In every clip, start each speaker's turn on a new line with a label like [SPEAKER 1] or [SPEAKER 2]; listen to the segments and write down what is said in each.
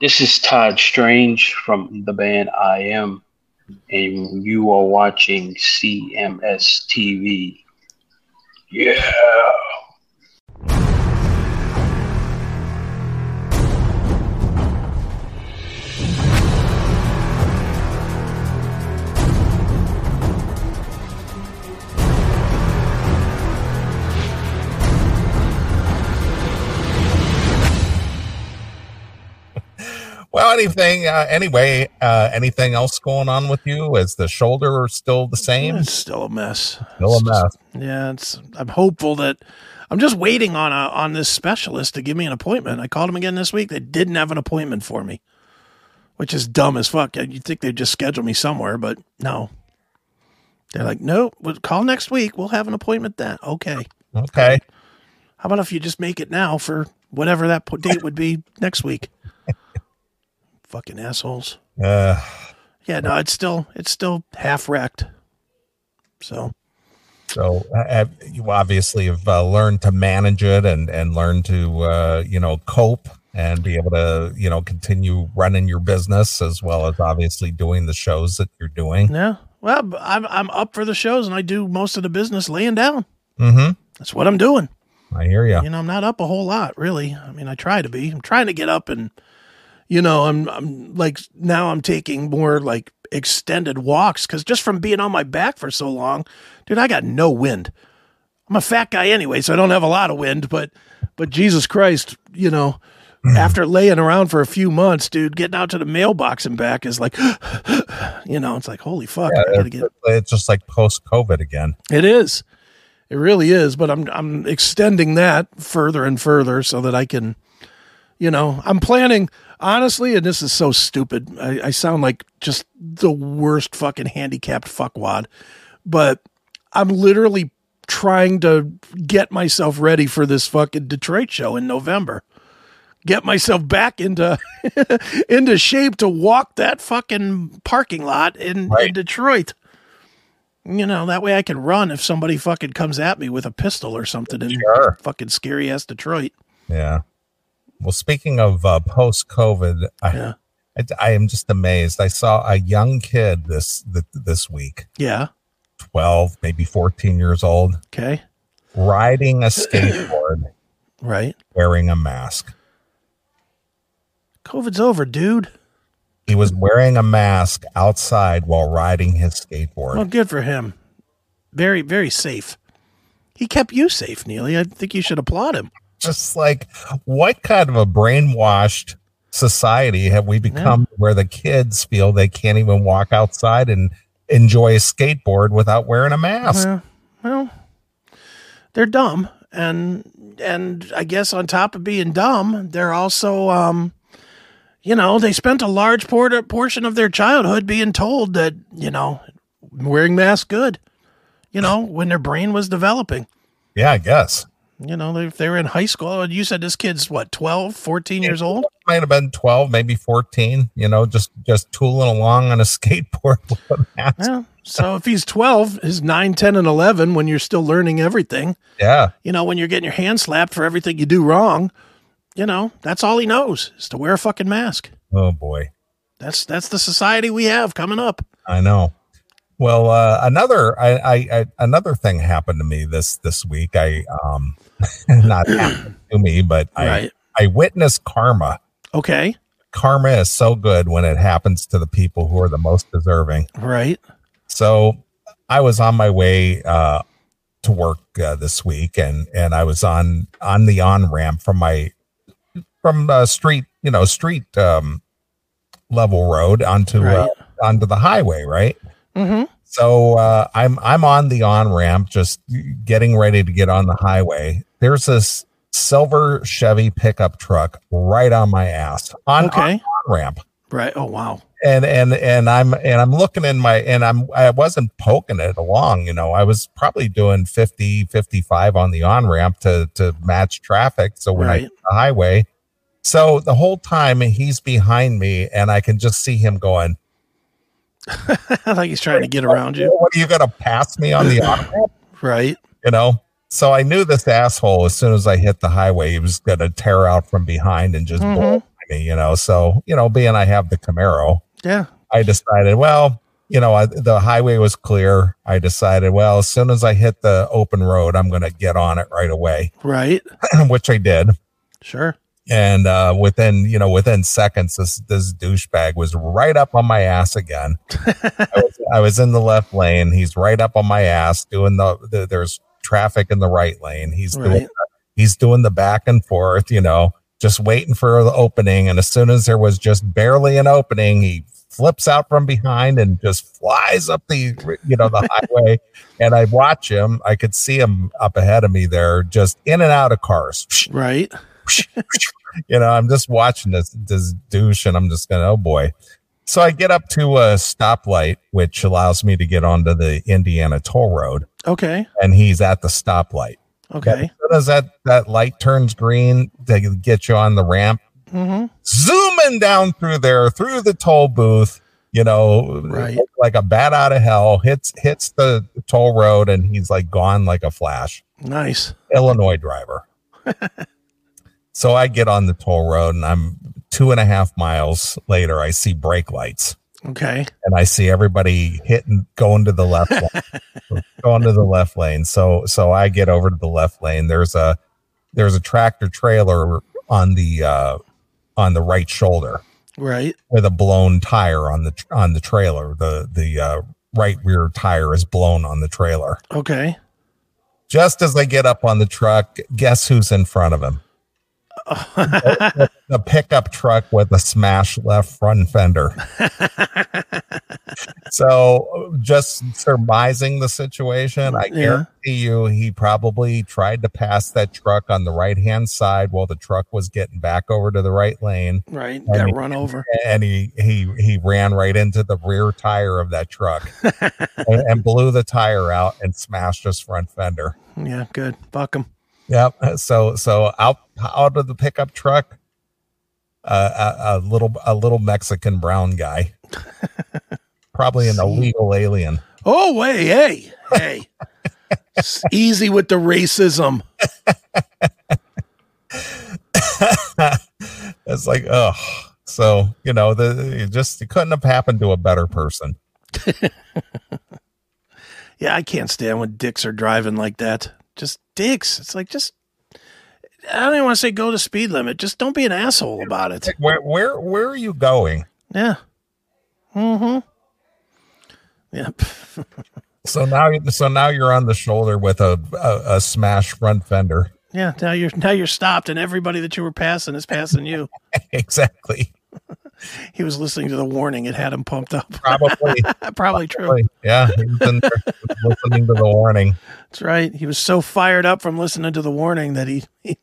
[SPEAKER 1] This is Todd Strange from the band I Am, and you are watching CMS TV. Yeah.
[SPEAKER 2] Well, anything, uh, anyway, uh, anything else going on with you? Is the shoulder still the same?
[SPEAKER 3] It's still a mess.
[SPEAKER 2] Still a
[SPEAKER 3] It's
[SPEAKER 2] mess.
[SPEAKER 3] just- yeah, it's. I'm hopeful that I'm just waiting on a on this specialist to give me an appointment. I called him again this week. They didn't have an appointment for me, which is dumb as fuck. You'd think they'd just schedule me somewhere, but no. They're like, nope. We'll call next week. We'll have an appointment then. Okay.
[SPEAKER 2] Okay.
[SPEAKER 3] How about if you just make it now for whatever that po- date would be next week? Fucking assholes.
[SPEAKER 2] Uh,
[SPEAKER 3] Yeah, no, it's still it's still half wrecked. So
[SPEAKER 2] so uh, have- you obviously have uh, learned to manage it and and learn to uh, you know cope and be able to you know continue running your business as well as obviously doing the shows that you're doing.
[SPEAKER 3] yeah, well, b- I'm I'm up for the shows and I do most of the business laying down.
[SPEAKER 2] Mm-hmm.
[SPEAKER 3] That's what I'm doing.
[SPEAKER 2] I hear you.
[SPEAKER 3] You know, I'm not up a whole lot really. I mean, I try to be. I'm trying to get up and you know, I'm I'm like now I'm taking more like extended walks because just from being on my back for so long, dude, I got no wind. I'm a fat guy anyway, so I don't have a lot of wind, but but Jesus Christ, you know, after laying around for a few months, dude, getting out to the mailbox and back is like you know, it's like holy fuck, I gotta get
[SPEAKER 2] It's, it's just like post COVID again.
[SPEAKER 3] it is. It really is, but I'm I'm extending that further and further so that I can you know, I'm planning honestly, and this is so stupid. I, I sound like just the worst fucking handicapped fuckwad, but I'm literally trying to get myself ready for this fucking Detroit show in November. Get myself back into into shape to walk that fucking parking lot in,
[SPEAKER 2] Right.
[SPEAKER 3] in Detroit. You know, that way I can run if somebody fucking comes at me with a pistol or something in
[SPEAKER 2] Sure.
[SPEAKER 3] fucking scary ass Detroit.
[SPEAKER 2] Yeah. Well, speaking of uh, post COVID, I,
[SPEAKER 3] Yeah.
[SPEAKER 2] I I am just amazed. I saw a young kid this th- this week,
[SPEAKER 3] Yeah.
[SPEAKER 2] twelve, maybe fourteen years old,
[SPEAKER 3] Okay.
[SPEAKER 2] riding a skateboard
[SPEAKER 3] Right.
[SPEAKER 2] wearing a mask.
[SPEAKER 3] COVID's over, dude.
[SPEAKER 2] He was wearing a mask outside while riding his skateboard.
[SPEAKER 3] Well, good for him. Very, very safe. He kept you safe, Neely. I think you should applaud him.
[SPEAKER 2] Just like what kind of a brainwashed society have we become where the kids feel they can't even walk outside and enjoy a skateboard without wearing a mask?
[SPEAKER 3] Well, well, they're dumb, and and I guess on top of being dumb, they're also, um, you know, they spent a large por- portion of their childhood being told that you know wearing masks good, you know, when their brain was developing.
[SPEAKER 2] Yeah, I guess.
[SPEAKER 3] You know, if they were in high school, and you said this kid's what, 12, 14 years old?
[SPEAKER 2] might have been 12 maybe 14 you know just just tooling along on a skateboard with a mask.
[SPEAKER 3] Yeah. So if he's 12, his 9, 10, and 11, when you're still learning everything,
[SPEAKER 2] yeah
[SPEAKER 3] you know, when you're getting your hand slapped for everything you do wrong, you know, that's all he knows is to wear a fucking mask.
[SPEAKER 2] oh boy
[SPEAKER 3] That's that's the society we have coming up.
[SPEAKER 2] i know well uh another I, I i another thing happened to me this this week i um not happened to me but i
[SPEAKER 3] Right.
[SPEAKER 2] i witnessed karma
[SPEAKER 3] Okay.
[SPEAKER 2] karma is so good when it happens to the people who are the most deserving
[SPEAKER 3] Right.
[SPEAKER 2] So I was on my way uh, to work uh, this week, and and I was on on the on ramp from my from uh, street, you know, street um, level road onto uh,
[SPEAKER 3] Right.
[SPEAKER 2] onto the highway, right?
[SPEAKER 3] Mm-hmm.
[SPEAKER 2] So uh, I'm I'm on the on ramp, just getting ready to get on the highway. There's this silver Chevy pickup truck right on my ass on on
[SPEAKER 3] Okay.
[SPEAKER 2] ramp
[SPEAKER 3] Right. Oh wow.
[SPEAKER 2] and and and I'm and I'm looking in my and I'm I wasn't poking it along, you know. I was probably doing 50 55 on the on ramp to to match traffic so when I
[SPEAKER 3] Right.
[SPEAKER 2] hit the highway. So the whole time he's behind me and I can just see him going,
[SPEAKER 3] like he's trying to get around you.
[SPEAKER 2] "What are you going to pass me on the on ramp?"
[SPEAKER 3] Right.
[SPEAKER 2] you know? So I knew this asshole as soon as I hit the highway, he was going to tear out from behind and just blow
[SPEAKER 3] Mhm.
[SPEAKER 2] my me, you know. So, you know, being I have the Camaro,
[SPEAKER 3] Yeah.
[SPEAKER 2] I decided, well, you know, I, the highway was clear. I decided, well, as soon as I hit the open road, I'm going to get on it right away,
[SPEAKER 3] Right.
[SPEAKER 2] which I did.
[SPEAKER 3] Sure.
[SPEAKER 2] And uh, within, you know, within seconds, this this douchebag was right up on my ass again. I, was, I was in the left lane. He's right up on my ass doing the, the there's traffic in the right lane. He's doing
[SPEAKER 3] Right.
[SPEAKER 2] he's doing the back and forth, you know, just waiting for the opening. And as soon as there was just barely an opening, he flips out from behind and just flies up the, you know, the highway. And I watch him. I could see him up ahead of me there, just in and out of cars.
[SPEAKER 3] Right.
[SPEAKER 2] You know, I'm just watching this this douche, and I'm just going, oh boy. So I get up to a stoplight, which allows me to get onto the Indiana toll road,
[SPEAKER 3] Okay.
[SPEAKER 2] and he's at the stoplight.
[SPEAKER 3] Okay.
[SPEAKER 2] As soon as that, that light turns green, they get you on the ramp,
[SPEAKER 3] hmm
[SPEAKER 2] zooming down through there, through the toll booth, you know,
[SPEAKER 3] Right.
[SPEAKER 2] like a bat out of hell, hits hits the toll road and he's like gone like a flash.
[SPEAKER 3] Nice.
[SPEAKER 2] Illinois driver. so I get on the toll road and I'm two and a half miles later, I see brake lights
[SPEAKER 3] Okay.
[SPEAKER 2] and I see everybody hitting going to the left lane, going to the left lane. So so I get over to the left lane. There's a there's a tractor trailer on the uh on the right shoulder
[SPEAKER 3] Right.
[SPEAKER 2] with a blown tire on the on the trailer. The the uh right rear tire is blown on the trailer.
[SPEAKER 3] Okay.
[SPEAKER 2] Just as I get up on the truck, guess who's in front of him? The pickup truck with a smashed left front fender. So, just surmising the situation, I
[SPEAKER 3] Yeah.
[SPEAKER 2] guarantee you he probably tried to pass that truck on the right hand side while the truck was getting back over to the right lane,
[SPEAKER 3] right.
[SPEAKER 2] I
[SPEAKER 3] Got
[SPEAKER 2] mean-
[SPEAKER 3] run over.
[SPEAKER 2] and he he he ran right into the rear tire of that truck and, and blew the tire out and smashed his front fender.
[SPEAKER 3] Yeah. Good. Fuck him.
[SPEAKER 2] Yep. So so out out of the pickup truck, uh, a, a little a little Mexican brown guy, probably an illegal alien.
[SPEAKER 3] Oh, wait. Hey. Hey. S- Easy with the racism.
[SPEAKER 2] it's like, oh, so you know, the it just it couldn't have happened to a better person.
[SPEAKER 3] Yeah, I can't stand when dicks are driving like that. Just dicks. It's like just. I don't even want to say go to speed limit. Just don't be an asshole about it.
[SPEAKER 2] Where where where are you going?
[SPEAKER 3] Yeah. Mm-hmm. Yep.
[SPEAKER 2] So now so now you're on the shoulder with a a, a smash front fender.
[SPEAKER 3] Yeah. Now you're now you're stopped, and everybody that you were passing is passing you.
[SPEAKER 2] exactly.
[SPEAKER 3] He was listening to the warning. It had him pumped up.
[SPEAKER 2] Probably.
[SPEAKER 3] Probably true.
[SPEAKER 2] yeah. he's in there listening to the warning.
[SPEAKER 3] That's right. He was so fired up from listening to the warning that he he,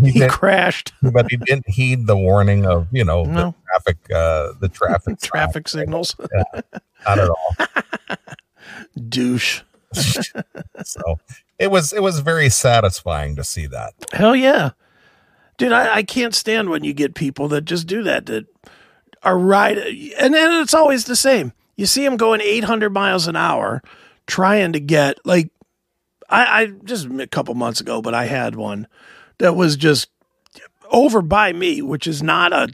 [SPEAKER 3] he
[SPEAKER 2] did.
[SPEAKER 3] crashed
[SPEAKER 2] but he didn't heed the warning of you know the
[SPEAKER 3] No.
[SPEAKER 2] traffic uh the traffic
[SPEAKER 3] traffic signals.
[SPEAKER 2] sign, not at all
[SPEAKER 3] Douche.
[SPEAKER 2] so it was it was very satisfying to see that
[SPEAKER 3] Hell yeah. Dude, I, I can't stand when you get people that just do that, that are right. And then it's always the same. You see them going 800 miles an hour trying to get, like, I, I just a couple months ago, but I had one that was just over by me, which is not a,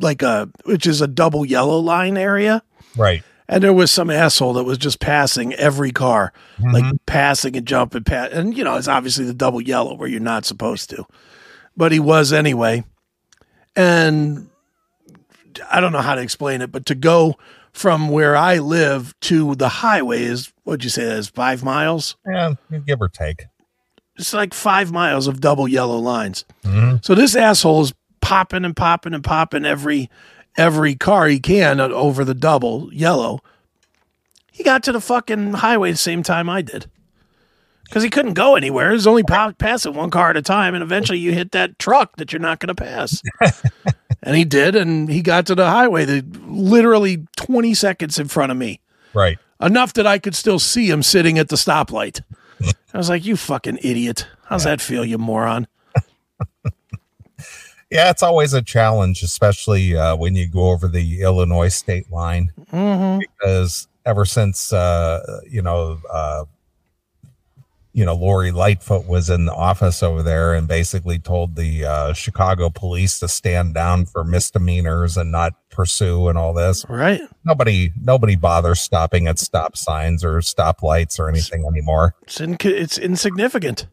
[SPEAKER 3] like a, which is a double yellow line area.
[SPEAKER 2] right
[SPEAKER 3] And there was some asshole that was just passing every car,
[SPEAKER 2] Mhm.
[SPEAKER 3] like passing and jumping past. And, you know, it's obviously the double yellow where you're not supposed to, but he was anyway. And I don't know how to explain it, but to go from where I live to the highway is what'd you say that is five miles?
[SPEAKER 2] yeah give or take
[SPEAKER 3] It's like five miles of double yellow lines.
[SPEAKER 2] Mhm.
[SPEAKER 3] So this asshole is popping and popping and popping every every car he can over the double yellow. He got to the fucking highway the same time I did. Because he couldn't go anywhere. He was only pop- passing one car at a time. And eventually you hit that truck that you're not going to pass. and he did. And he got to the highway that literally 20 seconds in front of me
[SPEAKER 2] right
[SPEAKER 3] enough that I could still see him sitting at the stoplight. I was like, "You fucking idiot! How's that feel, you moron?"
[SPEAKER 2] yeah it's always a challenge especially uh when you go over the illinois state line
[SPEAKER 3] Mm-hmm.
[SPEAKER 2] because ever since uh you know uh you know, Lori Lightfoot was in the office over there and basically told the uh, Chicago police to stand down for misdemeanors and not pursue and all this.
[SPEAKER 3] Right.
[SPEAKER 2] Nobody, nobody bothers stopping at stop signs or stop lights or anything anymore.
[SPEAKER 3] It's in, it's insignificant.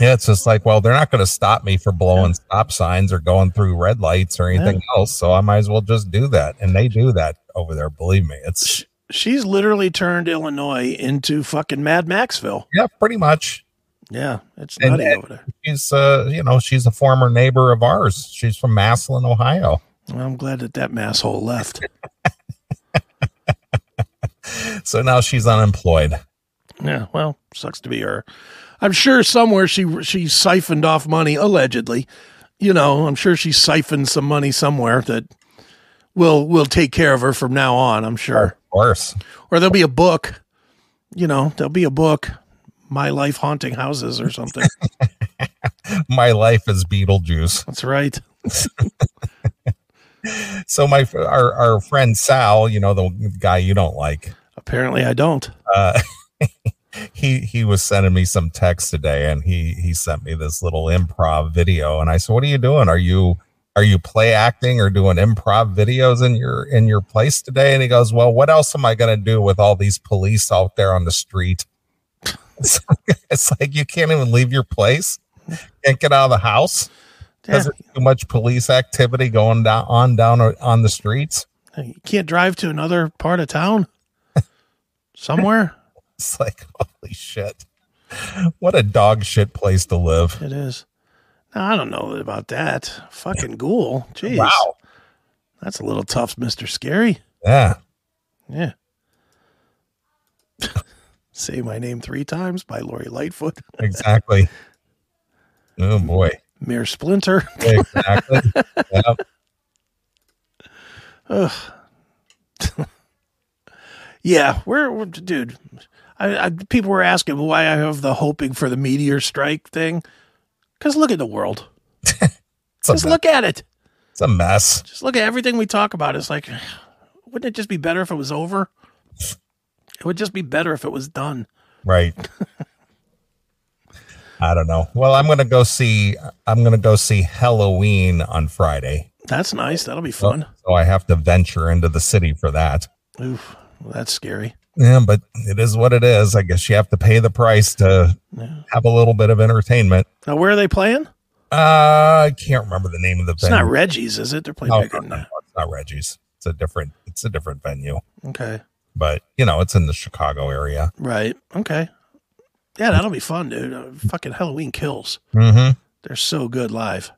[SPEAKER 2] Yeah, it's just like, well, they're not going to stop me for blowing stop signs or going through red lights or anything else, so I might as well just do that. And they do that over there. Believe me, it's
[SPEAKER 3] She's literally turned Illinois into fucking Mad Maxville.
[SPEAKER 2] yeah, pretty much.
[SPEAKER 3] Yeah, it's
[SPEAKER 2] And-
[SPEAKER 3] nutty
[SPEAKER 2] and-
[SPEAKER 3] over there.
[SPEAKER 2] She's, uh, you know, she's a former neighbor of ours. She's from Maslin, Ohio.
[SPEAKER 3] Well, I'm glad that that masshole left.
[SPEAKER 2] So now she's unemployed.
[SPEAKER 3] Yeah, well, sucks to be her. I'm sure somewhere she she siphoned off money allegedly. You know, I'm sure she siphoned some money somewhere that will will take care of her from now on. I'm sure.
[SPEAKER 2] Of course.
[SPEAKER 3] Or there'll be a book. You know, there'll be a book, "My Life Haunting Houses" or something.
[SPEAKER 2] My life is Beetlejuice.
[SPEAKER 3] That's right.
[SPEAKER 2] So my our our friend Sal, you know, the guy you don't like.
[SPEAKER 3] Apparently, I don't.
[SPEAKER 2] uh, he he was sending me some text today, and he he sent me this little improv video, and I said, "What are you doing? Are you are you play acting or doing improv videos in your in your place today?" And he goes, "Well, what else am I going to do with all these police out there on the street?" It's, it's like you can't even leave your place, can't get out of the house
[SPEAKER 3] Yeah,
[SPEAKER 2] because there's too much police activity going down on down on the streets.
[SPEAKER 3] you can't drive to another part of town. Somewhere
[SPEAKER 2] It's like, holy shit. What a dog shit place to live.
[SPEAKER 3] it is. No, I don't know about that. Fucking ghoul. Jeez.
[SPEAKER 2] Wow.
[SPEAKER 3] That's a little tough, Mr. Scary.
[SPEAKER 2] Yeah.
[SPEAKER 3] Yeah. Say my name three times by Lori Lightfoot.
[SPEAKER 2] Exactly. oh boy.
[SPEAKER 3] Mayor Splinter.
[SPEAKER 2] Exactly. Yep.
[SPEAKER 3] Yeah, we're, we're dude. I, I, people were asking why I have the hoping for the meteor strike thing. Because look at the world.
[SPEAKER 2] It's, a,
[SPEAKER 3] Just
[SPEAKER 2] me-
[SPEAKER 3] look at it.
[SPEAKER 2] it's a mess.
[SPEAKER 3] Just look at everything we talk about. It's like, wouldn't it just be better if it was over? It would just be better if it was done.
[SPEAKER 2] Right. I don't know. Well, I'm gonna go see I'm gonna go see Halloween on Friday.
[SPEAKER 3] That's nice. That'll be
[SPEAKER 2] So,
[SPEAKER 3] fun.
[SPEAKER 2] so I have to venture into the city for that.
[SPEAKER 3] Oof, well, that's scary.
[SPEAKER 2] Yeah, but it is what it is. I guess you have to pay the price to
[SPEAKER 3] Yeah.
[SPEAKER 2] have a little bit of entertainment.
[SPEAKER 3] Now, where are they playing?
[SPEAKER 2] Uh, I can't remember the name of the
[SPEAKER 3] It's
[SPEAKER 2] venue.
[SPEAKER 3] not Reggie's, is it? They're playing
[SPEAKER 2] No,
[SPEAKER 3] bigger
[SPEAKER 2] no,
[SPEAKER 3] than
[SPEAKER 2] no,
[SPEAKER 3] that.
[SPEAKER 2] it's not Reggie's. It's a different. It's a different venue,
[SPEAKER 3] Okay.
[SPEAKER 2] but you know, it's in the Chicago area.
[SPEAKER 3] Right. Okay. Yeah, that'll be fun, dude. Uh, fucking Halloween kills.
[SPEAKER 2] Mm-hmm.
[SPEAKER 3] They're so good live.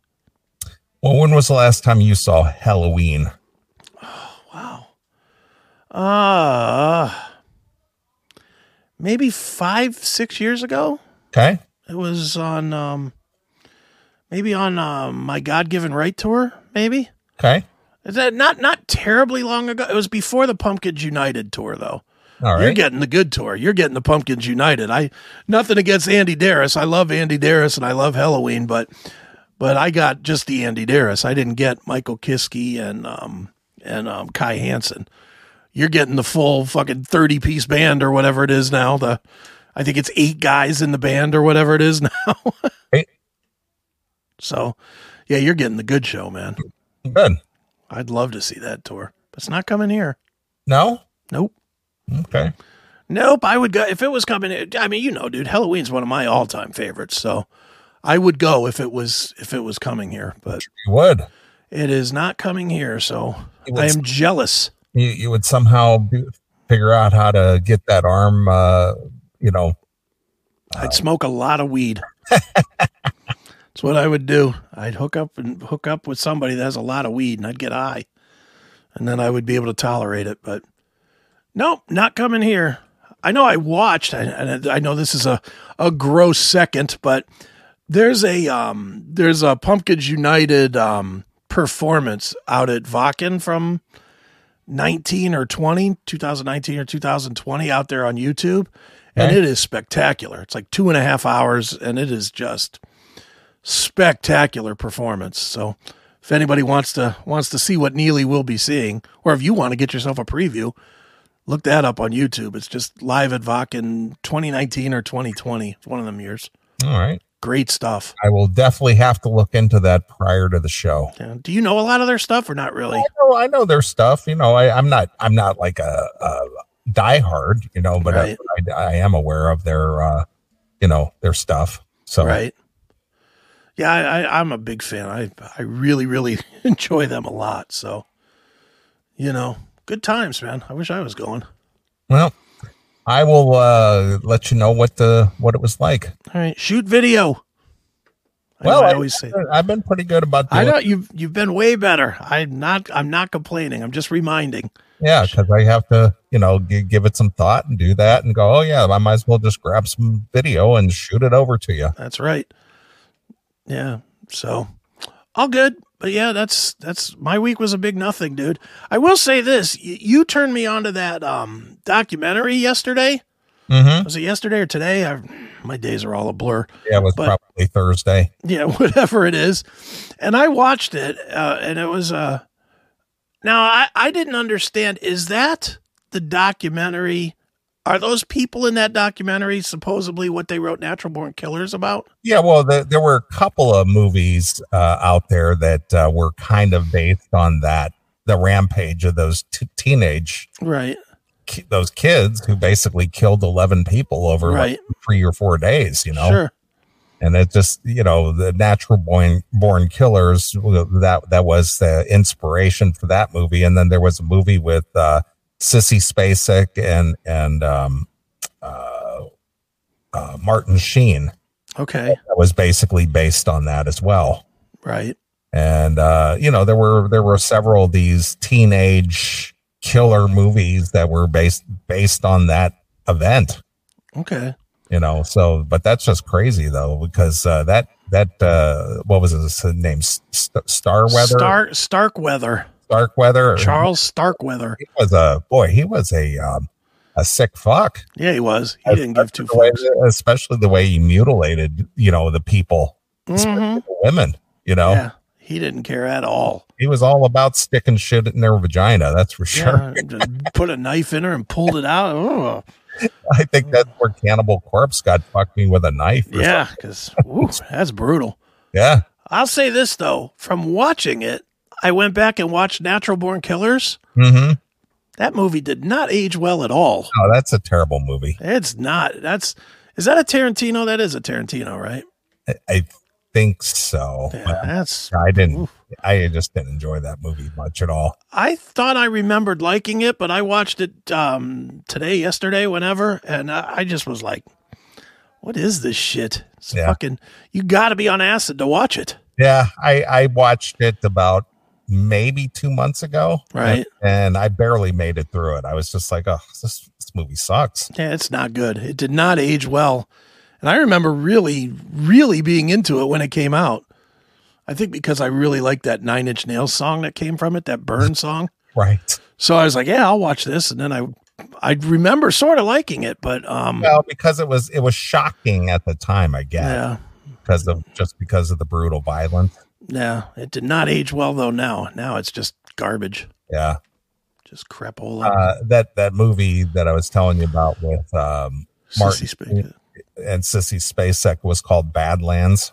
[SPEAKER 2] Well, when was the last time you saw Halloween?
[SPEAKER 3] Wow. Uh maybe five, six years ago.
[SPEAKER 2] Okay,
[SPEAKER 3] It was on um maybe on um my God given right tour, maybe.
[SPEAKER 2] okay,
[SPEAKER 3] Is that not not terribly long ago? It was before the Pumpkins United tour though.
[SPEAKER 2] all
[SPEAKER 3] You're
[SPEAKER 2] right.
[SPEAKER 3] getting the good tour. You're getting the Pumpkins United. I nothing against Andy Darris. I love Andy Darris and I love Halloween, but but I got just the Andy Darris. I didn't get Michael Kiske and um and um Kai Hansen. You're getting the full fucking 30 piece band or whatever it is now. The I think it's eight guys in the band or whatever it is now.
[SPEAKER 2] Right.
[SPEAKER 3] So yeah, you're getting the good show, man.
[SPEAKER 2] Good.
[SPEAKER 3] I'd love to see that tour. But it's not coming here.
[SPEAKER 2] No.
[SPEAKER 3] Nope.
[SPEAKER 2] Okay.
[SPEAKER 3] Nope, I would go if it was coming. I mean, you know, dude, Halloween's one of my all-time favorites, so I would go if it was if it was coming here, but
[SPEAKER 2] You would.
[SPEAKER 3] it is not coming here, so
[SPEAKER 2] You would,
[SPEAKER 3] I am jealous.
[SPEAKER 2] you, you would somehow be, figure out how to get that arm. Uh, you know.
[SPEAKER 3] I'd smoke a lot of weed. That's what I would do. I'd hook up and hook up with somebody that has a lot of weed, and I'd get high, and then I would be able to tolerate it. But nope, not coming here. I know I watched, I- and I know this is a a gross second, but there's a um there's a Pumpkins United um performance out at Vakin from 19 or 20 2019 or 2020 out there on YouTube and
[SPEAKER 2] Okay.
[SPEAKER 3] it is spectacular it's like two and a half hours and it is just spectacular performance so if anybody wants to wants to see what Neely will be seeing or if you want to get yourself a preview Look that up on YouTube. It's just live at Vok in 2019 or 2020. It's one of them years.
[SPEAKER 2] All right.
[SPEAKER 3] Great stuff.
[SPEAKER 2] I will definitely have to look into that prior to the show.
[SPEAKER 3] Yeah. Do you know a lot of their stuff or not really?
[SPEAKER 2] I know, I know their stuff. You know, I, I'm not, I'm not like a, a diehard, you know, but I-
[SPEAKER 3] Right.
[SPEAKER 2] I, I, am aware of their, uh, you know, their stuff. So
[SPEAKER 3] Right. Yeah, I, I, I'm a big fan. I I really really enjoy them a lot. So, you know, good times, man. I wish I was going.
[SPEAKER 2] Well, I will uh, let you know what the what it was like.
[SPEAKER 3] All right, shoot video. I know
[SPEAKER 2] well,
[SPEAKER 3] I
[SPEAKER 2] I-
[SPEAKER 3] always say.
[SPEAKER 2] I've been pretty good about
[SPEAKER 3] I
[SPEAKER 2] doing.
[SPEAKER 3] know you've you've been way better. I'm not I'm not complaining. I'm just reminding.
[SPEAKER 2] Yeah, because I have to, you know, g- give it some thought and do that, and go. Oh yeah, I might as well just grab some video and shoot it over to you.
[SPEAKER 3] That's right. Yeah. So all good. But yeah, that's that's my week was a big nothing, dude. I will say this: y- you turned me onto that um, documentary yesterday.
[SPEAKER 2] Mm-hmm.
[SPEAKER 3] Was it yesterday or today? I, my days are all a blur.
[SPEAKER 2] Yeah, it was
[SPEAKER 3] But-
[SPEAKER 2] probably Thursday.
[SPEAKER 3] yeah, whatever it is. And I watched it, uh, and it was. Uh, now I I didn't understand. Is that the documentary? Are those people in that documentary supposedly what they wrote "Natural Born Killers" about?
[SPEAKER 2] Yeah, well, the, there were a couple of movies uh, out there that uh, were kind of based on that, the rampage of those t- teenage
[SPEAKER 3] Right,
[SPEAKER 2] ki- those kids who basically killed 11 people over like,
[SPEAKER 3] right,
[SPEAKER 2] three or four days, you know?
[SPEAKER 3] sure,
[SPEAKER 2] And it just, you know, the natural born, born killers, that, that was the inspiration for that movie. And then there was a movie with, uh, Sissy Spacek and, and, um, uh, uh, Martin Sheen
[SPEAKER 3] okay,
[SPEAKER 2] that was basically based on that as well.
[SPEAKER 3] right,
[SPEAKER 2] And, uh, you know, there were, there were several of these teenage killer movies that were based, based on that event
[SPEAKER 3] okay,
[SPEAKER 2] you know so but that's just crazy though because uh that that uh what was his name St- starweather
[SPEAKER 3] Stark Starkweather,
[SPEAKER 2] starkweather
[SPEAKER 3] Charles Starkweather.
[SPEAKER 2] he was a boy he was a um a sick fuck
[SPEAKER 3] Yeah, he was. He didn't give two
[SPEAKER 2] especially
[SPEAKER 3] fucks.
[SPEAKER 2] the way- especially the way he mutilated you know the people
[SPEAKER 3] Mhm.
[SPEAKER 2] especially the women you know
[SPEAKER 3] Yeah, he didn't care at all.
[SPEAKER 2] he was all about sticking shit in their vagina that's for sure
[SPEAKER 3] Yeah, just put a knife in her and pulled it out. Oh, Ugh.
[SPEAKER 2] i think that's where cannibal corpse got fucking with a knife or something.
[SPEAKER 3] Yeah, because that's brutal.
[SPEAKER 2] yeah
[SPEAKER 3] I'll say this though, from watching it, I went back and watched Natural Born Killers.
[SPEAKER 2] mm-hmm
[SPEAKER 3] That movie did not age well at all.
[SPEAKER 2] oh that's a terrible movie
[SPEAKER 3] It's not. That's is that a Tarantino? That is a Tarantino, right?
[SPEAKER 2] i, I think so
[SPEAKER 3] Yeah,
[SPEAKER 2] but
[SPEAKER 3] that's.
[SPEAKER 2] I didn't.
[SPEAKER 3] Oof.
[SPEAKER 2] I just didn't enjoy that movie much at all.
[SPEAKER 3] I thought I remembered liking it, but I watched it um, today, yesterday, whenever, and I, I just was like, "What is this shit? It's
[SPEAKER 2] Yeah.
[SPEAKER 3] fucking. You got to be on acid to watch it,
[SPEAKER 2] Yeah, I I watched it about maybe two months ago,
[SPEAKER 3] right?
[SPEAKER 2] and I barely made it through it. I was just like, oh, this this movie sucks.
[SPEAKER 3] Yeah, it's not good. It did not age well. And I remember really, really being into it when it came out. I think because I really liked that Nine Inch Nails song that came from it, that Burn song.
[SPEAKER 2] Right.
[SPEAKER 3] So I was like, yeah, I'll watch this. And then I, I remember sort of liking it, but um,
[SPEAKER 2] Well, because it was it was shocking at the time, I guess,
[SPEAKER 3] yeah,
[SPEAKER 2] because of just because of the brutal violence.
[SPEAKER 3] yeah, it did not age well though. Now, now it's just garbage,
[SPEAKER 2] Yeah.
[SPEAKER 3] just crapola.
[SPEAKER 2] Uh, that that movie that I was telling you about with um Martin-
[SPEAKER 3] Sissy Spacek.
[SPEAKER 2] and Sissy Spacek was called Badlands.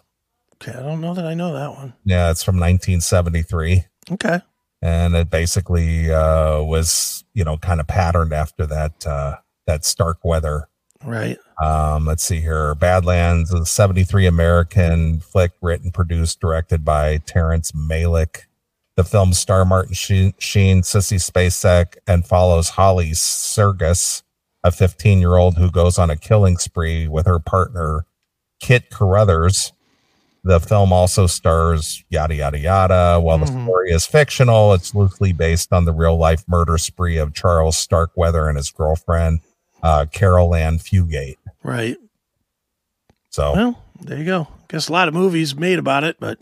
[SPEAKER 3] Okay, I don't know that I know that one.
[SPEAKER 2] Yeah, it's from 1973.
[SPEAKER 3] Okay,
[SPEAKER 2] and it basically uh, was you know kind of patterned after that uh, that stark weather.
[SPEAKER 3] right,
[SPEAKER 2] Um, let's see here, Badlands, a '73 American flick, written, produced, directed by Terrence Malick. The film star Martin Sheen, Sheen Sissy Spacek, and follows Holly Sergis, a 15-year-old who goes on a killing spree with her partner Kit Carruthers. The film also stars yada yada yada. While the
[SPEAKER 3] Mhm.
[SPEAKER 2] story is fictional, it's loosely based on the real life murder spree of Charles Starkweather and his girlfriend uh, Carol Ann Fugate.
[SPEAKER 3] right.
[SPEAKER 2] So
[SPEAKER 3] Well, there you go. Guess a lot of movies made about it, but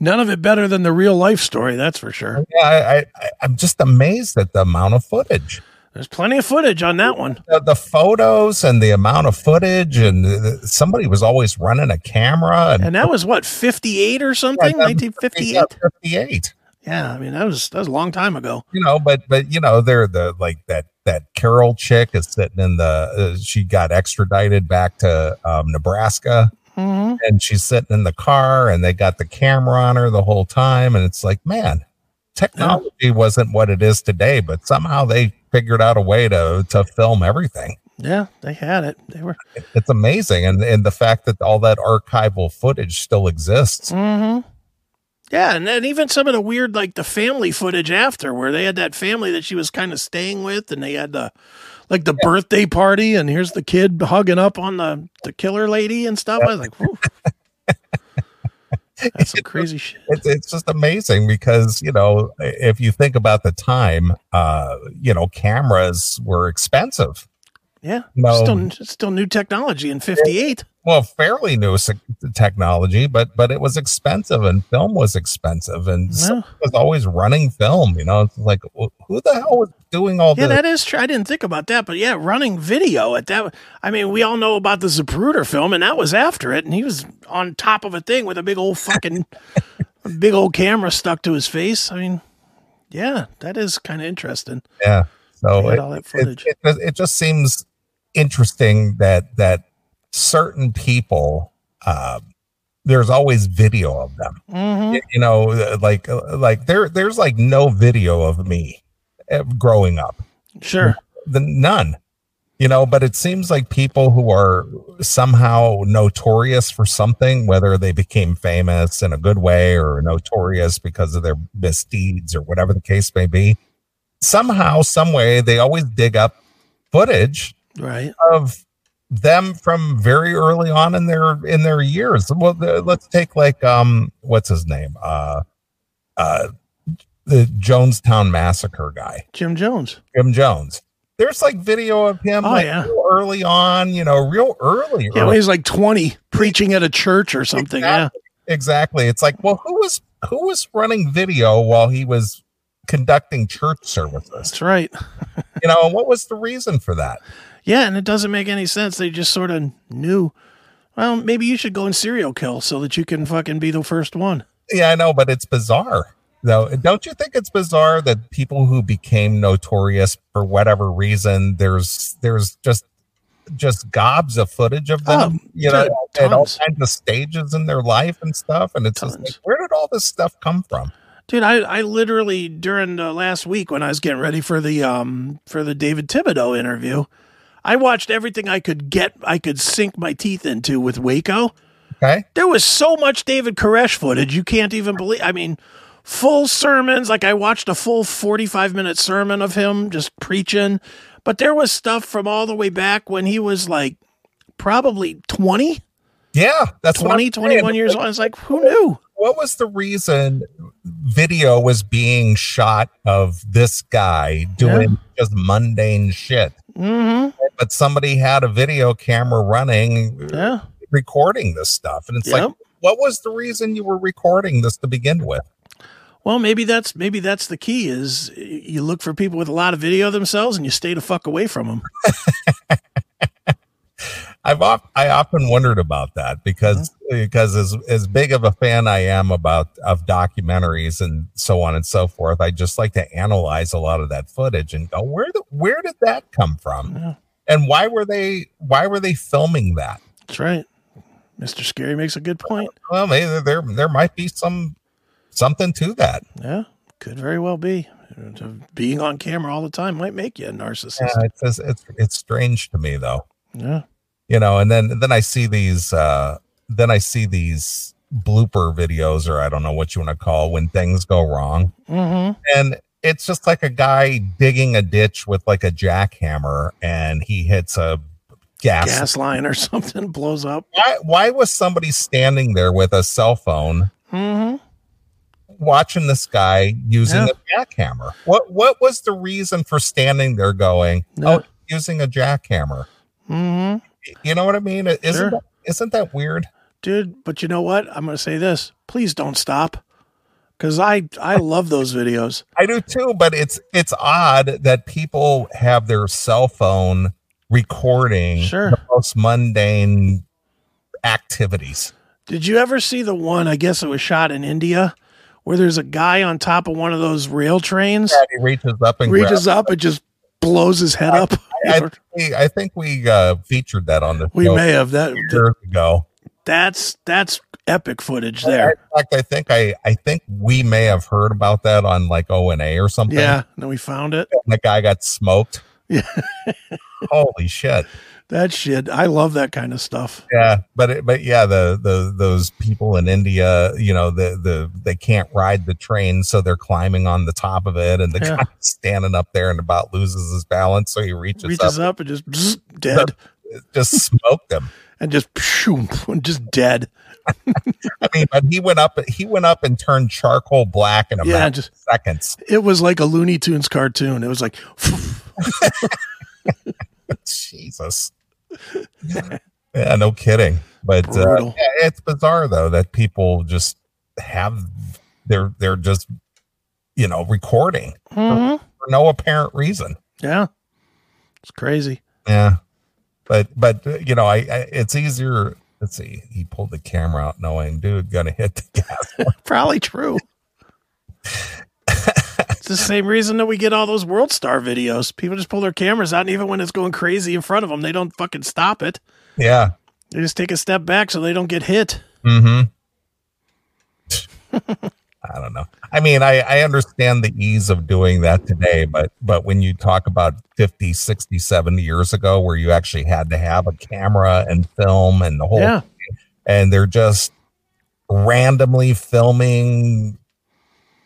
[SPEAKER 3] none of it better than the real life story, that's for sure.
[SPEAKER 2] yeah, I, I- I, I'm just amazed at the amount of footage,
[SPEAKER 3] There's plenty of footage on that one.
[SPEAKER 2] the, the photos, and the amount of footage, and the, the- somebody was always running a camera and.
[SPEAKER 3] And that was what, 58 or something?
[SPEAKER 2] Yeah, that was
[SPEAKER 3] 1958?
[SPEAKER 2] 58.
[SPEAKER 3] Yeah, I mean that was that was a long time ago.
[SPEAKER 2] you know but but you know they're the like that that carol chick is sitting in the uh, she got extradited back to um, nebraska
[SPEAKER 3] hmm
[SPEAKER 2] and she's sitting in the car and they got the camera on her the whole time and it's like man technology wasn't what it is today but somehow they figured out a way to to film everything
[SPEAKER 3] Yeah, they had it. They were.
[SPEAKER 2] it's amazing and and the fact that all that archival footage still exists
[SPEAKER 3] hmm Yeah, and then even some of the weird, like the family footage after, where they had that family that she was kind of staying with, and they had the like the birthday party, and here's the kid hugging up on the the killer lady and stuff. I was like, Whew. that's some crazy shit.
[SPEAKER 2] it's, it's just amazing because you know if you think about the time uh you know cameras were expensive
[SPEAKER 3] Yeah,
[SPEAKER 2] No.
[SPEAKER 3] still still new technology in '58.
[SPEAKER 2] well fairly new s- technology but but it was expensive and film was expensive and
[SPEAKER 3] Yeah.
[SPEAKER 2] someone was always running film you know it's like wh- who the hell was doing all
[SPEAKER 3] Yeah,
[SPEAKER 2] this
[SPEAKER 3] that is true. I didn't think about that, but yeah, running video at that. I mean, we all know about the Zapruder film, and that was after it, and he was on top of a thing with a big old fucking, a big old camera stuck to his face. I mean, yeah, that is kind of interesting.
[SPEAKER 2] yeah so Oh,
[SPEAKER 3] They
[SPEAKER 2] it,
[SPEAKER 3] had all that
[SPEAKER 2] it,
[SPEAKER 3] footage.
[SPEAKER 2] it, just- it just seems interesting that that certain people uh there's always video of them
[SPEAKER 3] hmm
[SPEAKER 2] Y- you know uh, like uh, like there there's like no video of me uh, growing up
[SPEAKER 3] Sure.
[SPEAKER 2] the none you know but it seems like people who are somehow notorious for something whether they became famous in a good way or notorious because of their misdeeds or whatever the case may be somehow some way they always dig up footage
[SPEAKER 3] Right.
[SPEAKER 2] of them from very early on in their in their years well the, let's take like um what's his name uh uh the jonestown massacre guy
[SPEAKER 3] Jim Jones.
[SPEAKER 2] Jim Jones. There's like video of him
[SPEAKER 3] Oh,
[SPEAKER 2] like
[SPEAKER 3] yeah.
[SPEAKER 2] real early on, you know, real early.
[SPEAKER 3] Yeah, when
[SPEAKER 2] early.
[SPEAKER 3] he's like 20, preaching at a church or something. Yeah.
[SPEAKER 2] Exactly. It's like, well, who was who was running video while he was conducting church services?
[SPEAKER 3] That's right.
[SPEAKER 2] You know, and what was the reason for that?
[SPEAKER 3] Yeah, and it doesn't make any sense. They just sort of knew. Well, maybe you should go and serial kill so that you can fucking be the first one.
[SPEAKER 2] Yeah, I know, but it's bizarre. Though, don't you think it's bizarre that people who became notorious for whatever reason, there's there's just just gobs of footage of them,
[SPEAKER 3] Oh,
[SPEAKER 2] you know,
[SPEAKER 3] dude,
[SPEAKER 2] at all
[SPEAKER 3] tons.
[SPEAKER 2] kinds of stages in their life and stuff. And it's just like,
[SPEAKER 3] Tons.
[SPEAKER 2] where did all this stuff come from?
[SPEAKER 3] Dude, I, I literally during the last week when I was getting ready for the um for the David Thibodeau interview, I watched everything I could get I could sink my teeth into with Waco.
[SPEAKER 2] Okay.
[SPEAKER 3] There was so much David Koresh footage you can't even believe I mean, full sermons, like I watched a full forty five minute sermon of him just preaching. But there was stuff from all the way back when he was like probably 20,
[SPEAKER 2] Yeah. That's what I'm
[SPEAKER 3] 20 21
[SPEAKER 2] saying.
[SPEAKER 3] years old. I was like, who knew?
[SPEAKER 2] What was the reason video was being shot of this guy doing just mundane shit?
[SPEAKER 3] hmm
[SPEAKER 2] But somebody had a video camera running,
[SPEAKER 3] Yeah.
[SPEAKER 2] recording this stuff. And it's
[SPEAKER 3] Yep.
[SPEAKER 2] like, what was the reason you were recording this to begin with?
[SPEAKER 3] Well, maybe that's maybe that's the key is you look for people with a lot of video themselves and you stay the fuck away from them.
[SPEAKER 2] I've op- I often wondered about that because because as as big of a fan I am about of documentaries and so on and so forth, I just like to analyze a lot of that footage and go where the, where did that come from
[SPEAKER 3] Yeah,
[SPEAKER 2] and why were they why were they filming that?
[SPEAKER 3] that's right. Mr. Scary makes a good point.
[SPEAKER 2] Well, maybe there there might be some something to that.
[SPEAKER 3] Yeah, could very well be. Being on camera all the time might make you a narcissist.
[SPEAKER 2] Yeah, it's, it's it's it's strange to me though.
[SPEAKER 3] Yeah.
[SPEAKER 2] you know and then then i see these uh then i see these blooper videos or i don't know what you want to call when things go wrong
[SPEAKER 3] Mm-hmm.
[SPEAKER 2] and it's just like a guy digging a ditch with like a jackhammer and he hits a gas,
[SPEAKER 3] Gas line or something blows up.
[SPEAKER 2] Why, why was somebody standing there with a cell phone
[SPEAKER 3] Mm-hmm.
[SPEAKER 2] watching this guy using
[SPEAKER 3] Yeah.
[SPEAKER 2] a jackhammer what what was the reason for standing there going
[SPEAKER 3] Yeah.
[SPEAKER 2] oh using a jackhammer
[SPEAKER 3] Mm-hmm.
[SPEAKER 2] you know what i mean isn't
[SPEAKER 3] Sure.
[SPEAKER 2] that, isn't that weird
[SPEAKER 3] dude but you know what i'm gonna say this please don't stop because i i love those videos
[SPEAKER 2] I do too, but it's it's odd that people have their cell phone recording
[SPEAKER 3] Sure.
[SPEAKER 2] the most mundane activities.
[SPEAKER 3] Did you ever see the one? I guess it was shot in India, where there's a guy on top of one of those rail trains,
[SPEAKER 2] Yeah, he reaches up and
[SPEAKER 3] reaches up and just blows his head up.
[SPEAKER 2] I, we- I think we uh, featured that on the
[SPEAKER 3] we
[SPEAKER 2] show
[SPEAKER 3] may have that.
[SPEAKER 2] years ago.
[SPEAKER 3] That's that's epic footage there.
[SPEAKER 2] In fact, I think I I think we may have heard about that on like O and A or something.
[SPEAKER 3] Yeah, no, we found it.
[SPEAKER 2] and the guy got smoked.
[SPEAKER 3] Yeah.
[SPEAKER 2] Holy shit!
[SPEAKER 3] That shit. I love that kind of stuff.
[SPEAKER 2] Yeah, but it, but yeah, the the those people in India, you know, the the they can't ride the train, so they're climbing on the top of it, and the
[SPEAKER 3] Yeah.
[SPEAKER 2] guy standing up there and about loses his balance, so he reaches,
[SPEAKER 3] Reaches
[SPEAKER 2] up,
[SPEAKER 3] up and just bzzz, dead,
[SPEAKER 2] just smoked him.
[SPEAKER 3] and just pshoo, and just dead.
[SPEAKER 2] I mean, but he went up, he went up and turned charcoal black in a
[SPEAKER 3] Yeah,
[SPEAKER 2] matter
[SPEAKER 3] just
[SPEAKER 2] of seconds.
[SPEAKER 3] it was like a Looney Tunes cartoon. It was like
[SPEAKER 2] Jesus. yeah, no kidding. But uh,
[SPEAKER 3] Brutal.
[SPEAKER 2] yeah, it's bizarre though that people just have they're they're just you know recording
[SPEAKER 3] Mhm.
[SPEAKER 2] for no apparent reason.
[SPEAKER 3] yeah, it's crazy.
[SPEAKER 2] Yeah. But but uh, you know, I, I it's easier. Let's see. He pulled the camera out, knowing, dude, gonna hit the gas.
[SPEAKER 3] Probably true. it's the same reason that we get all those World Star videos. People just pull their cameras out, and even when it's going crazy in front of them, they don't fucking stop it.
[SPEAKER 2] yeah.
[SPEAKER 3] They just take a step back so they don't get hit.
[SPEAKER 2] Mm-hmm. I don't know. I mean, I, I understand the ease of doing that today, but but when you talk about 50, 60, 70 years ago where you actually had to have a camera and film and the whole
[SPEAKER 3] Yeah,
[SPEAKER 2] and they're just randomly filming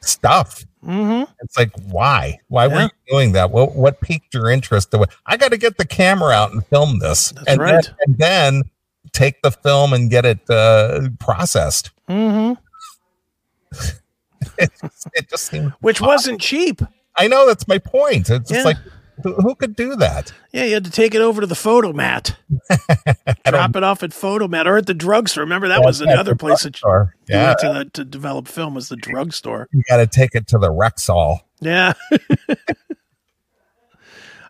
[SPEAKER 2] stuff.
[SPEAKER 3] mm-hmm.
[SPEAKER 2] It's like why? Why were
[SPEAKER 3] Yeah.
[SPEAKER 2] you doing that? What what piqued your interest? The way I got to get the camera out and film this,
[SPEAKER 3] That's
[SPEAKER 2] and
[SPEAKER 3] right.
[SPEAKER 2] then, and then take the film and get it uh, processed.
[SPEAKER 3] Mm-hmm.
[SPEAKER 2] it, it just seemed
[SPEAKER 3] Which wasn't cheap.
[SPEAKER 2] i know that's my point it's just
[SPEAKER 3] Yeah.
[SPEAKER 2] like who, who could do that
[SPEAKER 3] Yeah, you had to take it over to the photomat.
[SPEAKER 2] I don't-
[SPEAKER 3] Drop it off at photomat or at the drugstore. Remember that was
[SPEAKER 2] Yeah,
[SPEAKER 3] another place that you
[SPEAKER 2] or yeah
[SPEAKER 3] went to, the, to develop film was the drugstore.
[SPEAKER 2] you got to take it to the rexall
[SPEAKER 3] Yeah.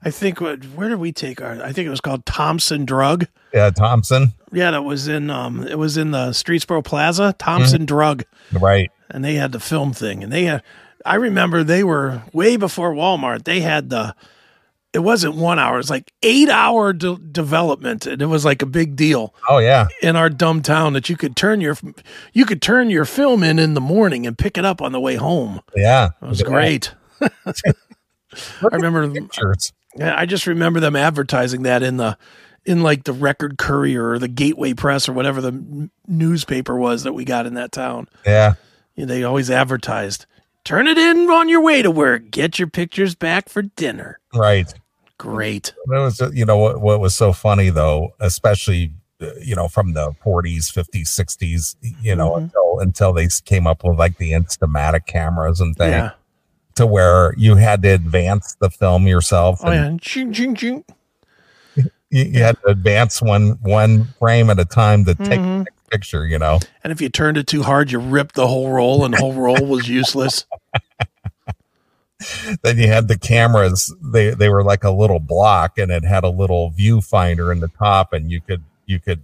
[SPEAKER 3] I think what where did we take our I think it was called Thompson Drug.
[SPEAKER 2] yeah thompson
[SPEAKER 3] Yeah, that was in um it was in the Streetsboro Plaza, Thompson Drug,
[SPEAKER 2] right
[SPEAKER 3] and they had the film thing and they had I remember they were way before Walmart. They had the it wasn't 1 hour, it was like 8 hour de- development and it was like a big deal
[SPEAKER 2] oh yeah
[SPEAKER 3] in our dumb town that you could turn your you could turn your film in in the morning and pick it up on the way home.
[SPEAKER 2] yeah
[SPEAKER 3] It was great. I remember
[SPEAKER 2] pictures
[SPEAKER 3] Yeah, I just remember them advertising that in the in like the Record Courier or the Gateway Press or whatever the n- newspaper was that we got in that town.
[SPEAKER 2] yeah
[SPEAKER 3] You know, they always advertised, "Turn it in on your way to work. Get your pictures back for dinner."
[SPEAKER 2] right
[SPEAKER 3] Great.
[SPEAKER 2] it was you know what, what was so funny though especially uh, you know from the 40s 50s 60s you know
[SPEAKER 3] Mhm.
[SPEAKER 2] until until they came up with like the instamatic cameras and things
[SPEAKER 3] Yeah.
[SPEAKER 2] to where you had to advance the film yourself
[SPEAKER 3] Oh
[SPEAKER 2] and
[SPEAKER 3] yeah. Ching, ching, ching.
[SPEAKER 2] you, you had to advance one one frame at a time to take the
[SPEAKER 3] Mhm.
[SPEAKER 2] next picture you know
[SPEAKER 3] And if you turned it too hard, you ripped the whole roll, and the whole roll was useless.
[SPEAKER 2] then you had the cameras they they were like a little block and it had a little viewfinder in the top and you could you could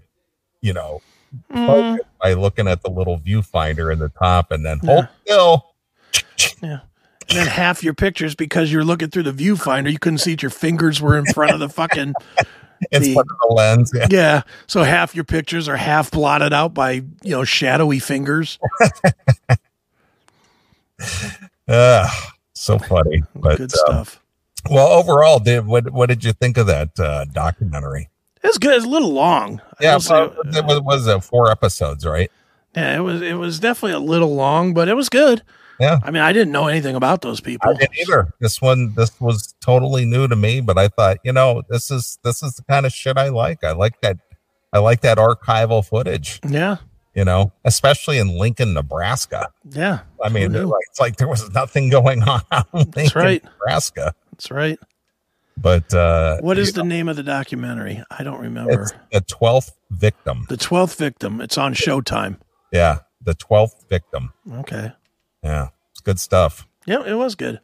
[SPEAKER 2] you know
[SPEAKER 3] Mm,
[SPEAKER 2] focus by looking at the little viewfinder in the top and then
[SPEAKER 3] Yeah.
[SPEAKER 2] hold still
[SPEAKER 3] and then half your pictures, because you're looking through the viewfinder, you couldn't see that your fingers were in front of the fucking
[SPEAKER 2] in
[SPEAKER 3] The-
[SPEAKER 2] front of the lens yeah,
[SPEAKER 3] Yeah. So half your pictures are half blotted out by, you know, shadowy fingers.
[SPEAKER 2] Ugh, so funny but
[SPEAKER 3] good
[SPEAKER 2] uh,
[SPEAKER 3] stuff.
[SPEAKER 2] well overall did what what did you think of that uh documentary
[SPEAKER 3] It's good. It's a little long. I
[SPEAKER 2] yeah
[SPEAKER 3] will say-
[SPEAKER 2] well, it was, was it four episodes right
[SPEAKER 3] yeah, it was it was definitely a little long, but it was good.
[SPEAKER 2] Yeah.
[SPEAKER 3] I mean, I didn't know anything about those
[SPEAKER 2] I
[SPEAKER 3] people.
[SPEAKER 2] didn't either. This one, this was totally new to me, but I thought, you know, this is this is the kind of shit I like. I like that. I like that archival footage.
[SPEAKER 3] Yeah.
[SPEAKER 2] You know, especially in Lincoln, Nebraska.
[SPEAKER 3] Yeah.
[SPEAKER 2] I mean,
[SPEAKER 3] knew?
[SPEAKER 2] like, it's like there was nothing going on out in Lincoln,
[SPEAKER 3] right.
[SPEAKER 2] Nebraska.
[SPEAKER 3] That's right.
[SPEAKER 2] But uh,
[SPEAKER 3] What is
[SPEAKER 2] you
[SPEAKER 3] the name of the documentary? I don't
[SPEAKER 2] know,
[SPEAKER 3] remember.
[SPEAKER 2] it's the twelfth victim?
[SPEAKER 3] The 12th victim. It's on Showtime.
[SPEAKER 2] Yeah, the twelfth victim.
[SPEAKER 3] Okay.
[SPEAKER 2] Yeah, it's good stuff.
[SPEAKER 3] Yeah, it was good.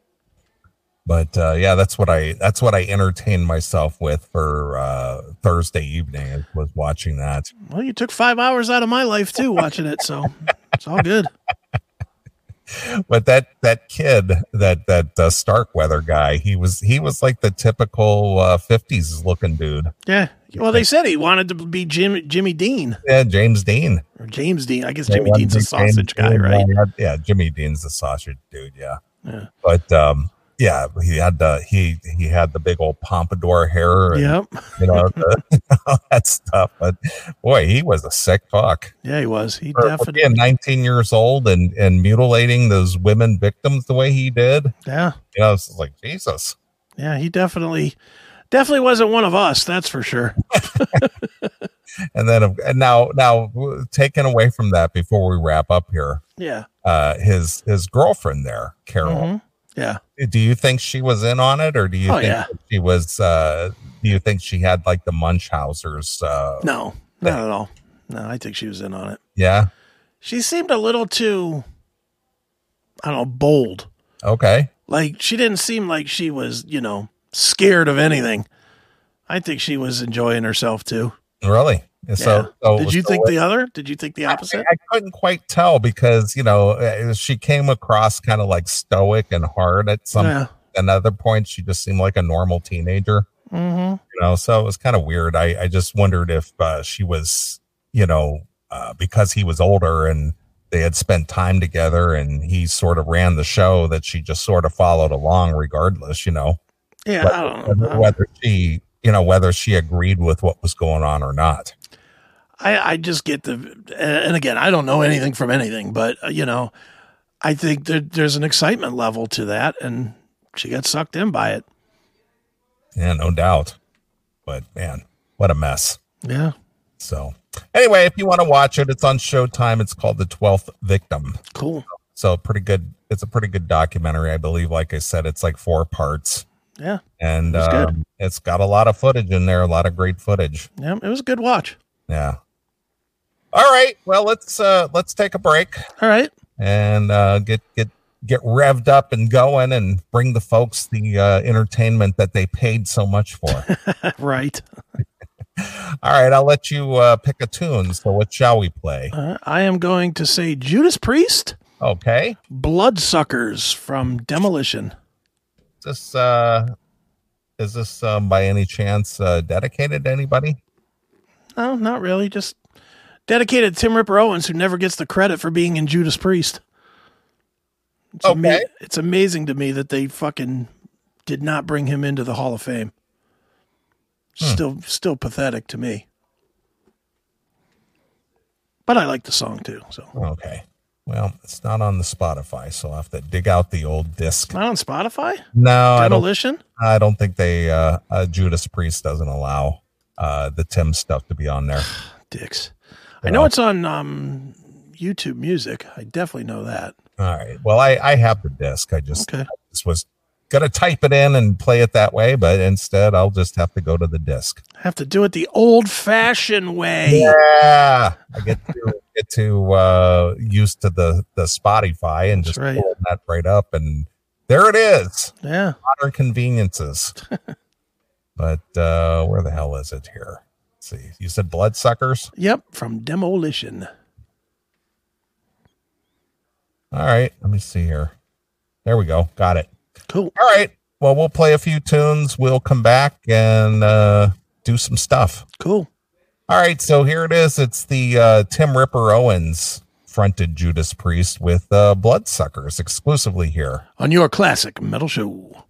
[SPEAKER 2] But uh, yeah, that's what I that's what I entertained myself with for uh, Thursday evening was watching that.
[SPEAKER 3] Well, you took five hours out of my life too watching it, so it's all good.
[SPEAKER 2] but that that kid, that that uh, Starkweather guy, he was he was like the typical uh, '50s looking dude.
[SPEAKER 3] Yeah. Well, they said he wanted to be Jim, Jimmy Dean
[SPEAKER 2] Yeah, James Dean.
[SPEAKER 3] or James Dean. I guess
[SPEAKER 2] They
[SPEAKER 3] Jimmy
[SPEAKER 2] wanted
[SPEAKER 3] Dean's a
[SPEAKER 2] James
[SPEAKER 3] sausage guy,
[SPEAKER 2] Dean,
[SPEAKER 3] right?
[SPEAKER 2] yeah, Yeah, Jimmy Dean's the sausage dude. Yeah.
[SPEAKER 3] Yeah.
[SPEAKER 2] But um, yeah, he had the he he had the big old pompadour hair and
[SPEAKER 3] Yep.
[SPEAKER 2] you know the, all that stuff. But boy, he was a sick fuck.
[SPEAKER 3] Yeah, he was. He
[SPEAKER 2] For- for
[SPEAKER 3] definitely.
[SPEAKER 2] being 19 years old and and mutilating those women victims the way he did.
[SPEAKER 3] Yeah.
[SPEAKER 2] You know, it's like Jesus.
[SPEAKER 3] Yeah. He definitely, definitely wasn't one of us. That's for sure.
[SPEAKER 2] And then and now now taken away from that before we wrap up here.
[SPEAKER 3] Yeah.
[SPEAKER 2] Uh, his his girlfriend there, Carol.
[SPEAKER 3] Mhm. Yeah.
[SPEAKER 2] do you think she was in on it or do you
[SPEAKER 3] Oh,
[SPEAKER 2] think
[SPEAKER 3] yeah.
[SPEAKER 2] that she was uh do you think she had like the munchhausers uh
[SPEAKER 3] No, not at all. No, I think she was in on it.
[SPEAKER 2] yeah
[SPEAKER 3] She seemed a little too, I don't know, bold.
[SPEAKER 2] okay
[SPEAKER 3] Like she didn't seem like she was, you know, scared of anything. I think she was enjoying herself too.
[SPEAKER 2] really
[SPEAKER 3] Yeah.
[SPEAKER 2] so, so
[SPEAKER 3] Did you
[SPEAKER 2] so
[SPEAKER 3] think
[SPEAKER 2] it-
[SPEAKER 3] the other? Did you think the opposite?
[SPEAKER 2] I, I couldn't quite tell because you know uh, she came across kind of like stoic and hard at some
[SPEAKER 3] yeah.
[SPEAKER 2] another point she just seemed like a normal teenager
[SPEAKER 3] hmm
[SPEAKER 2] you know so it was kind of weird i i just wondered if uh, she was you know uh, because he was older and they had spent time together and he sort of ran the show that she just sort of followed along regardless you know
[SPEAKER 3] Yeah,
[SPEAKER 2] But-
[SPEAKER 3] I don't know.
[SPEAKER 2] whether, whether she you know whether she agreed with what was going on or not
[SPEAKER 3] I, I just get the, and again, I don't know anything from anything, but uh, you know, I think that there's an excitement level to that, and she got sucked in by it.
[SPEAKER 2] yeah no doubt but man what a mess
[SPEAKER 3] Yeah,
[SPEAKER 2] so anyway if you want to watch it it's on showtime it's called the 12th victim
[SPEAKER 3] cool.
[SPEAKER 2] so pretty good it's a pretty good documentary i believe like i said it's like four parts
[SPEAKER 3] Yeah,
[SPEAKER 2] and
[SPEAKER 3] That's good.
[SPEAKER 2] um, it's got a lot of footage in there, a lot of great footage.
[SPEAKER 3] yeah, it was a good watch.
[SPEAKER 2] Yeah. All right. Well, let's uh let's take a break
[SPEAKER 3] All right,
[SPEAKER 2] and uh get get get revved up and going and bring the folks the uh entertainment that they paid so much for.
[SPEAKER 3] right.
[SPEAKER 2] All right, I'll let you uh pick a tune. So what shall we play?
[SPEAKER 3] Uh, I am going to say Judas Priest,
[SPEAKER 2] Okay.
[SPEAKER 3] Bloodsuckers from Demolition.
[SPEAKER 2] Is This uh is this um by any chance uh dedicated to anybody?
[SPEAKER 3] No, not really. Just dedicated to Tim Ripper Owens, who never gets the credit for being in Judas Priest. It's, ama-
[SPEAKER 2] Okay.
[SPEAKER 3] it's amazing to me that they fucking did not bring him into the Hall of Fame.
[SPEAKER 2] Hmm.
[SPEAKER 3] Still, still pathetic to me. But I like the song too. So
[SPEAKER 2] Okay. Well, it's not on the Spotify, so I'll have to dig out the old disc.
[SPEAKER 3] not on Spotify.
[SPEAKER 2] No, Uh, I don't
[SPEAKER 3] Demolition.
[SPEAKER 2] I don't think they uh, uh Judas Priest doesn't allow uh the Tim stuff to be on there.
[SPEAKER 3] Dicks. I know it's on um, YouTube Music. I definitely know that.
[SPEAKER 2] All right. Well, I I have the disc. I just
[SPEAKER 3] Okay.
[SPEAKER 2] I just was gonna type it in and play it that way, but instead I'll just have to go to the disc.
[SPEAKER 3] Have to do it the old-fashioned way.
[SPEAKER 2] Yeah, I get to get to uh used to the the Spotify and
[SPEAKER 3] That's
[SPEAKER 2] just
[SPEAKER 3] right.
[SPEAKER 2] pull that right up, and there it is.
[SPEAKER 3] Yeah.
[SPEAKER 2] Modern conveniences. but uh where the hell is it here? Let's see, you said bloodsuckers.
[SPEAKER 3] Yep. From Demolition.
[SPEAKER 2] All right, let me see here. There we go. Got it.
[SPEAKER 3] Cool.
[SPEAKER 2] All right. Well, we'll play a few tunes. We'll come back and uh, do some stuff.
[SPEAKER 3] Cool.
[SPEAKER 2] All right. So here it is. It's the uh, Tim Ripper Owens fronted Judas Priest with uh, Bloodsuckers exclusively here.
[SPEAKER 3] On your classic metal show.